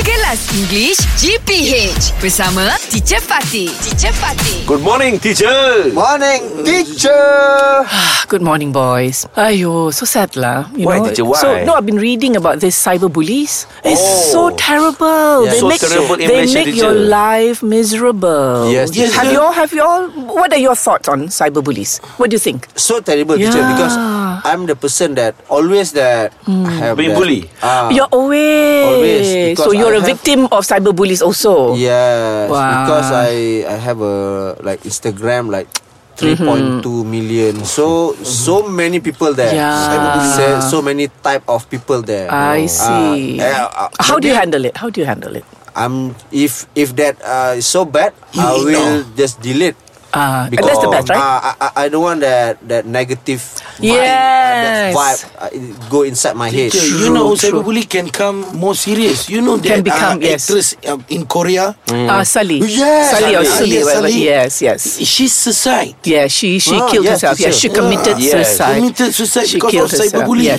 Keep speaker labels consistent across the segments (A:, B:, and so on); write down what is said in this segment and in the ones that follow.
A: Kelas English GPH bersama Teacher Fatih. Teacher Fatih.
B: Good morning, teacher.
C: Morning, teacher.
D: Good morning, boys. Ayo, so sad lah. You
B: Why,
D: know?
B: teacher, why?
D: So, no, I've been reading about this cyber bullies. It's
B: Oh.
D: so terrible.
B: Yeah. So terrible in
D: they
B: Malaysia,
D: make
B: teacher.
D: your life miserable.
C: Yes, Yes,
D: Have
C: teacher.
D: you all? Have you all? What are your thoughts on cyber bullies? What do you think?
C: So terrible, teacher,
D: Yeah. Hmm.
C: because I'm the person that always that I have
B: Being
C: that-
B: bully.
C: Ah,
D: You're always.
C: Always, because
D: so you're
C: I
D: a
C: have-
D: victim of cyber bullies also.
C: yes,
D: Wow.
C: because I I have a like Instagram like. 3.2 million. So so many people there.
D: Mm-hmm.
C: So-
D: Yeah.
C: So many type of people there. Ah,
D: I
C: eh,
D: see.
C: ah,
D: How
C: but
D: do you
C: then
D: handle it? How do you handle it?
C: I'm if if that uh, is so bad, I will just delete.
D: Ah, and that's the best, right?
C: uh, I- I, I don't want that that negative vibe, uh, that
D: Yes.
C: vibe uh, it go inside my head.
E: Teacher,
D: True,
E: you know
D: true.
E: cyberbully can come more serious. You know
D: Can
E: that
D: become,
E: uh,
D: yes.
E: actress um, in Korea,
D: Ah, Sally.
C: Yes.
D: Sally or
E: Sally,
D: Sally, whatever.
E: Sally.
D: Yes, yes.
E: she's suicide.
D: Yeah, she she
C: Ah,
D: killed
C: yes,
D: herself. Yeah,
C: teacher.
D: she committed
B: Ah, yes.
D: suicide.
E: Committed suicide
D: she
E: because
D: killed
E: of
D: herself.
E: cyberbullying.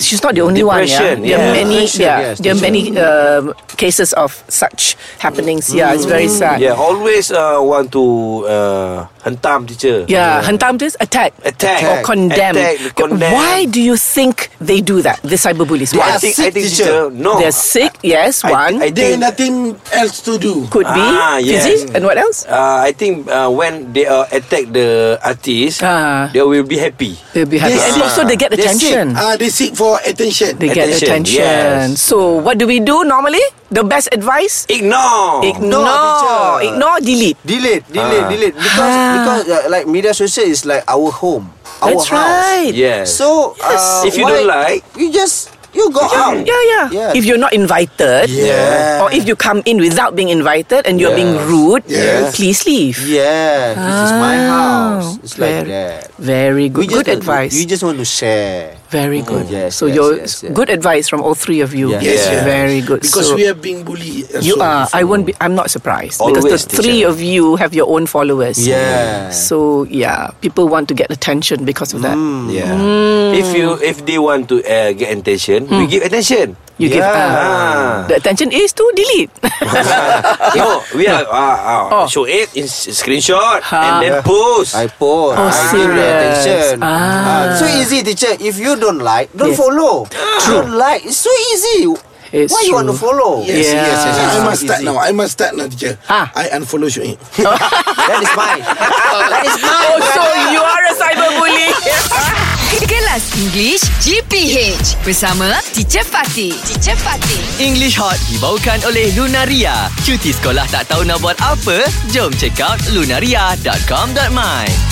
D: Yeah, she's not the only
B: Depression,
D: one. Yeah, there
B: yeah.
D: are many.
C: Depression,
D: yeah,
C: yes,
D: there are
C: teacher.
D: many um, cases of such happenings. Yeah, it's very sad.
B: Mm, Yeah, always uh, want to uh, hentam, teacher.
D: Yeah, hentam this attack,
B: Attack.
D: or condemn.
B: Attack, condemn.
D: Why do you think they do that? The cyberbullies.
B: I
D: Why?
B: think,
C: sick,
B: I think
C: teacher.
B: teacher. No.
D: They're sick. Yes, one
B: I
E: There
B: think-
E: nothing else to do.
D: could be
B: Ah, yes.
D: disease, and what else?
B: Uh, I think uh, when they uh, attack the artist,
D: Ah.
B: they will be happy.
D: They'll be happy,
E: They
D: and
E: sick.
D: also they get
E: They
D: attention.
E: Sick. Uh, they seek for attention.
D: They get
B: Attention,
D: attention.
B: yes.
D: So, what do we do normally? The best advice
B: Ignore.
D: Ignore,
C: teacher.
D: ignore, delete.
C: Delete,
D: Ah.
C: delete, delete. Because because uh, like media social is like our home, our
D: That's
C: house.
D: right.
B: Yes.
C: So uh,
B: If you
C: why-
B: don't like-
C: you just you go out.
D: Yeah, yeah,
C: Yeah.
D: If you're not invited,
C: Yeah.
D: or if you come in without being invited and you're
C: Yes.
D: being rude,
C: Yes.
D: please leave.
C: Yeah, this is my house.
D: Oh,
C: It's like
D: very,
C: that.
D: Very good.
C: just
D: Good
C: want-
D: advice.
C: You just want to share.
D: very good.
C: yes,
D: so
C: yes,
D: your
C: yes, yes.
D: good advice from all three of you.
C: Yes.
E: Yes, yes.
D: Very good.
E: because
D: so
E: we are being bullied. uh, also.
D: you are. I won't be. I'm not surprised because
B: Always,
D: the three
B: teacher.
D: of you have your own followers.
C: Yeah.
D: So yeah, people want to get attention because of that.
C: Mm.
B: Yeah.
D: Hmm.
B: If you if they want to uh, get attention, we give attention.
D: You give
C: Yeah.
D: uh, the attention is to delete.
B: no, we are uh, uh,
D: Oh.
B: show it in s- screenshot and
D: Ah.
B: then post.
C: I post. I
D: Oh,
C: give the
D: serious.
C: attention.
D: Ah.
C: Ah, so easy, teacher. If you don't like, don't
D: Yes.
C: follow. Don't like. It's so easy.
D: It's
C: Why you want to
D: true.
C: follow?
E: Yes,
D: Yeah.
E: yes, yes, yes. I must start
C: Easy.
E: now. I must start now, teacher.
D: Ah.
E: I unfollow you.
C: That is mine. that is mine.
D: oh, so you are a cyberbully.
A: Kelas English GPH bersama Teacher Fatih. Teacher Fatih.
F: English Hot dibawakan oleh Lunaria. Cuti sekolah tak tahu nak buat apa? Jom check out lunaria.com.my.